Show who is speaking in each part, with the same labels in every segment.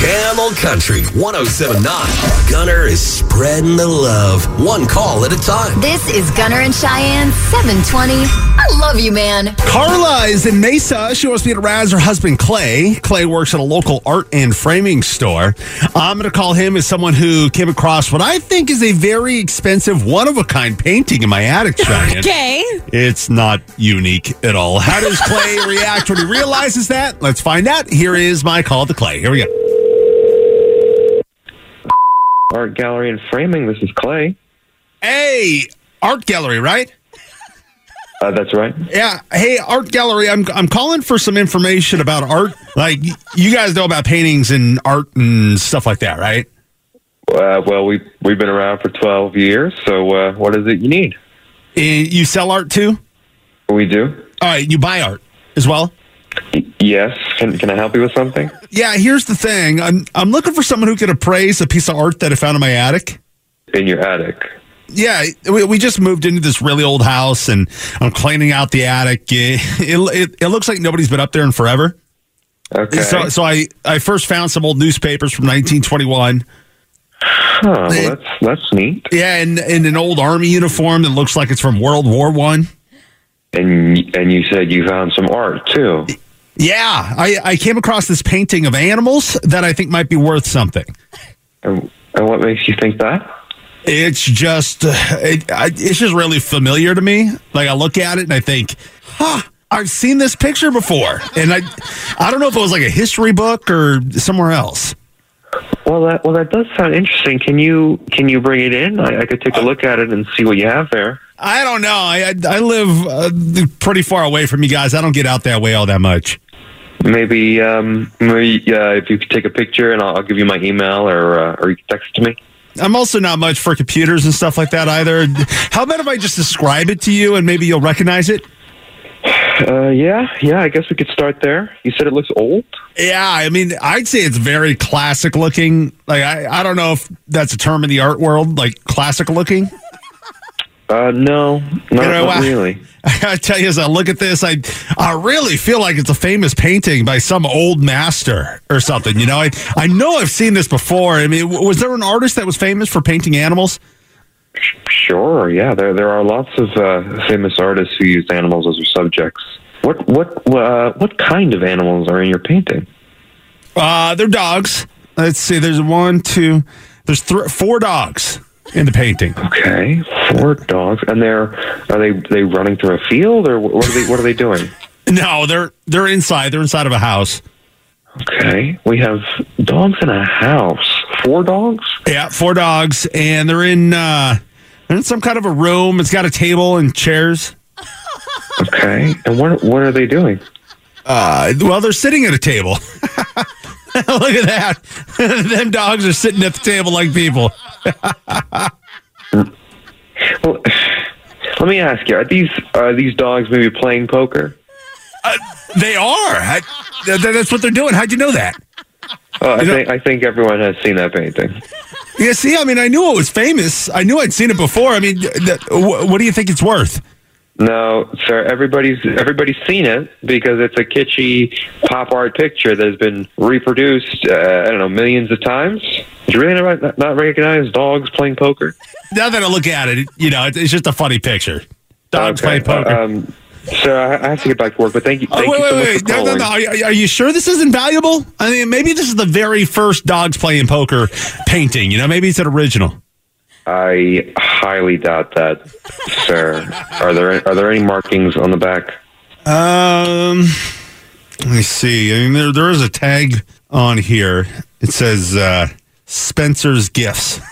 Speaker 1: Camel Country 1079. Gunner is spreading the love, one call at a time.
Speaker 2: This is Gunner and Cheyenne 720. I love you, man.
Speaker 3: Carla is in Mesa. She wants me to razz her husband, Clay. Clay works at a local art and framing store. I'm going to call him as someone who came across what I think is a very expensive, one of a kind painting in my attic, Cheyenne.
Speaker 4: Okay.
Speaker 3: It's not unique at all. How does Clay react when he realizes that? Let's find out. Here is my call to Clay. Here we go.
Speaker 5: Art Gallery and Framing. This is Clay.
Speaker 3: Hey, art gallery, right?
Speaker 5: Uh, that's right.
Speaker 3: Yeah. Hey, art gallery. I'm I'm calling for some information about art. Like y- you guys know about paintings and art and stuff like that, right?
Speaker 5: Uh, well, we we've been around for twelve years. So uh, what is it you need?
Speaker 3: Eh, You sell art too.
Speaker 5: We do.
Speaker 3: All right, you buy art as well.
Speaker 5: Yes. Can can I help you with something?
Speaker 3: Yeah. Here's the thing. I'm I'm looking for someone who can appraise a piece of art that I found in my attic.
Speaker 5: In your attic.
Speaker 3: yeah, we, we just moved into this really old house, and I'm cleaning out the attic. It it, it looks like nobody's been up there in forever.
Speaker 5: Okay.
Speaker 3: So so I I first found some old newspapers from 1921.
Speaker 5: Huh, well, that's that's neat.
Speaker 3: Yeah, and and an old army uniform that looks like it's from World War One.
Speaker 5: And y- and you said you found some art too.
Speaker 3: Yeah, I I came across this painting of animals that I think might be worth something.
Speaker 5: And, and what makes you think that?
Speaker 3: It's just uh, it, I, it's just really familiar to me. Like I look at it and I think, huh, I've seen this picture before, and I I don't know if it was like a history book or somewhere else.
Speaker 5: Well, that well that does sound interesting. Can you can you bring it in? I, I could take a look at it and see what you have there.
Speaker 3: I don't know. I I, I live uh, pretty far away from you guys. I don't get out that way all that much.
Speaker 5: Maybe um maybe, uh, if you could take a picture and I'll, I'll give you my email or uh, or you can text it to me.
Speaker 3: I'm also not much for computers and stuff like that either. How about if I just describe it to you and maybe you'll recognize it?
Speaker 5: Uh, yeah, yeah. I guess we could start there. You said it looks old.
Speaker 3: Yeah, I mean, I'd say it's very classic looking. Like I, I don't know if that's a term in the art world, like classic looking.
Speaker 5: Uh, no, not,
Speaker 3: know,
Speaker 5: not
Speaker 3: I-
Speaker 5: really.
Speaker 3: I tell you, as I look at this, I I really feel like it's a famous painting by some old master or something. You know, I I know I've seen this before. I mean, w- was there an artist that was famous for painting animals?
Speaker 5: Sure, yeah. There there are lots of uh, famous artists who used animals as their subjects. What what uh, what kind of animals are in your painting?
Speaker 3: Uh, they're dogs. Let's see. There's one, two. There's thr four dogs in the painting.
Speaker 5: Okay, four dogs, and they're are they they running through a field or what are they what are they doing?
Speaker 3: No, they're they're inside. They're inside of a house.
Speaker 5: Okay, we have dogs in a house. Four dogs.
Speaker 3: Yeah, four dogs, and they're in uh, they're in some kind of a room. It's got a table and chairs.
Speaker 5: Okay, and what what are they doing?
Speaker 3: Uh, well, they're sitting at a table. Look at that. Them dogs are sitting at the table like people.
Speaker 5: Well, let me ask you: Are these are these dogs maybe playing poker?
Speaker 3: They are. I, th- th- that's what they're doing. How'd you know that?
Speaker 5: Oh, I
Speaker 3: know-
Speaker 5: think I think everyone has seen that painting.
Speaker 3: Yeah, see, I mean, I knew it was famous. I knew I'd seen it before. I mean, th- th- wh- what do you think it's worth?
Speaker 5: No, sir. Everybody's everybody's seen it because it's a kitschy pop art picture that has been reproduced. Uh, I don't know millions of times. Did you really not, not recognize dogs playing poker?
Speaker 3: Now that I look at it, you know, it- it's just a funny picture. Dogs
Speaker 5: Okay,
Speaker 3: playing poker.
Speaker 5: uh, um, sir, I, I have to get back to work, but thank you.
Speaker 3: Oh,
Speaker 5: Thank
Speaker 3: wait,
Speaker 5: you so
Speaker 3: wait,
Speaker 5: much
Speaker 3: wait.
Speaker 5: for
Speaker 3: No, no,
Speaker 5: calling.
Speaker 3: no. Are, you- are you sure this isn't valuable? I mean, maybe this is the very first dogs playing poker painting. You know, maybe it's an original.
Speaker 5: I highly doubt that, sir. Are there are there any markings on the back?
Speaker 3: Um, let me see. I mean, there there is a tag on here. It says uh, Spencer's Gifts.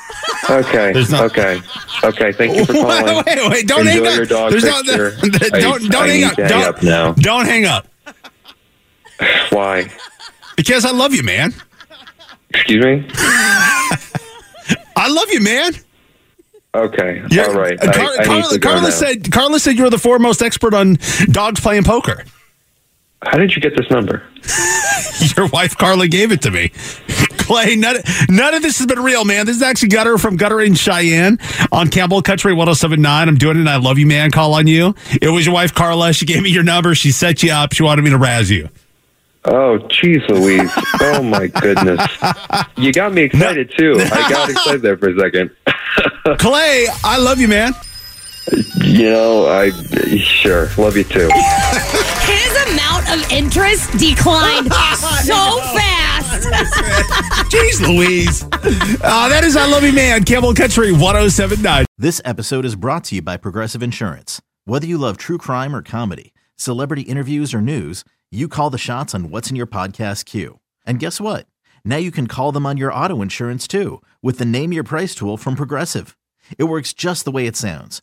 Speaker 5: Okay,
Speaker 3: There's not-
Speaker 5: okay, okay. Thank you for calling.
Speaker 3: wait, wait, wait! Don't
Speaker 5: Enjoy
Speaker 3: hang
Speaker 5: your
Speaker 3: up.
Speaker 5: dog
Speaker 3: There's not-
Speaker 5: picture.
Speaker 3: th-
Speaker 5: I-
Speaker 3: don't don't
Speaker 5: I
Speaker 3: hang
Speaker 5: need
Speaker 3: up.
Speaker 5: to
Speaker 3: Don't,
Speaker 5: hang up now.
Speaker 3: don't hang up
Speaker 5: Why?
Speaker 3: because I love you, man.
Speaker 5: Excuse me.
Speaker 3: I love you, man.
Speaker 5: Okay.
Speaker 3: Yeah,
Speaker 5: All right.
Speaker 3: uh, Car-
Speaker 5: I, I need
Speaker 3: Carla,
Speaker 5: to go
Speaker 3: Carla
Speaker 5: now.
Speaker 3: said Carla said you're the foremost expert on dogs playing poker.
Speaker 5: "How did you get this number?"
Speaker 3: Your wife Carla gave it to me. Clay, none, none of this has been real, man. This is actually Gutter from Gutter in Cheyenne on Campbell Country 1079. I'm doing it. and I love you, man. Call on you. It was your wife Carla. She gave me your number. She set you up. She wanted me to razz you.
Speaker 5: Oh, jeez, Louise. oh my goodness. You got me excited too. I got excited there for a second.
Speaker 3: Clay, I love you, man.
Speaker 5: You know, I sure love you too.
Speaker 4: His amount of interest declined so fast.
Speaker 3: Jeez Louise. Uh, that is I Love You Man, Campbell Country 1079.
Speaker 6: This episode is brought to you by Progressive Insurance. Whether you love true crime or comedy, celebrity interviews or news, you call the shots on what's in your podcast queue. And guess what? Now you can call them on your auto insurance too with the Name Your Price tool from Progressive. It works just the way it sounds.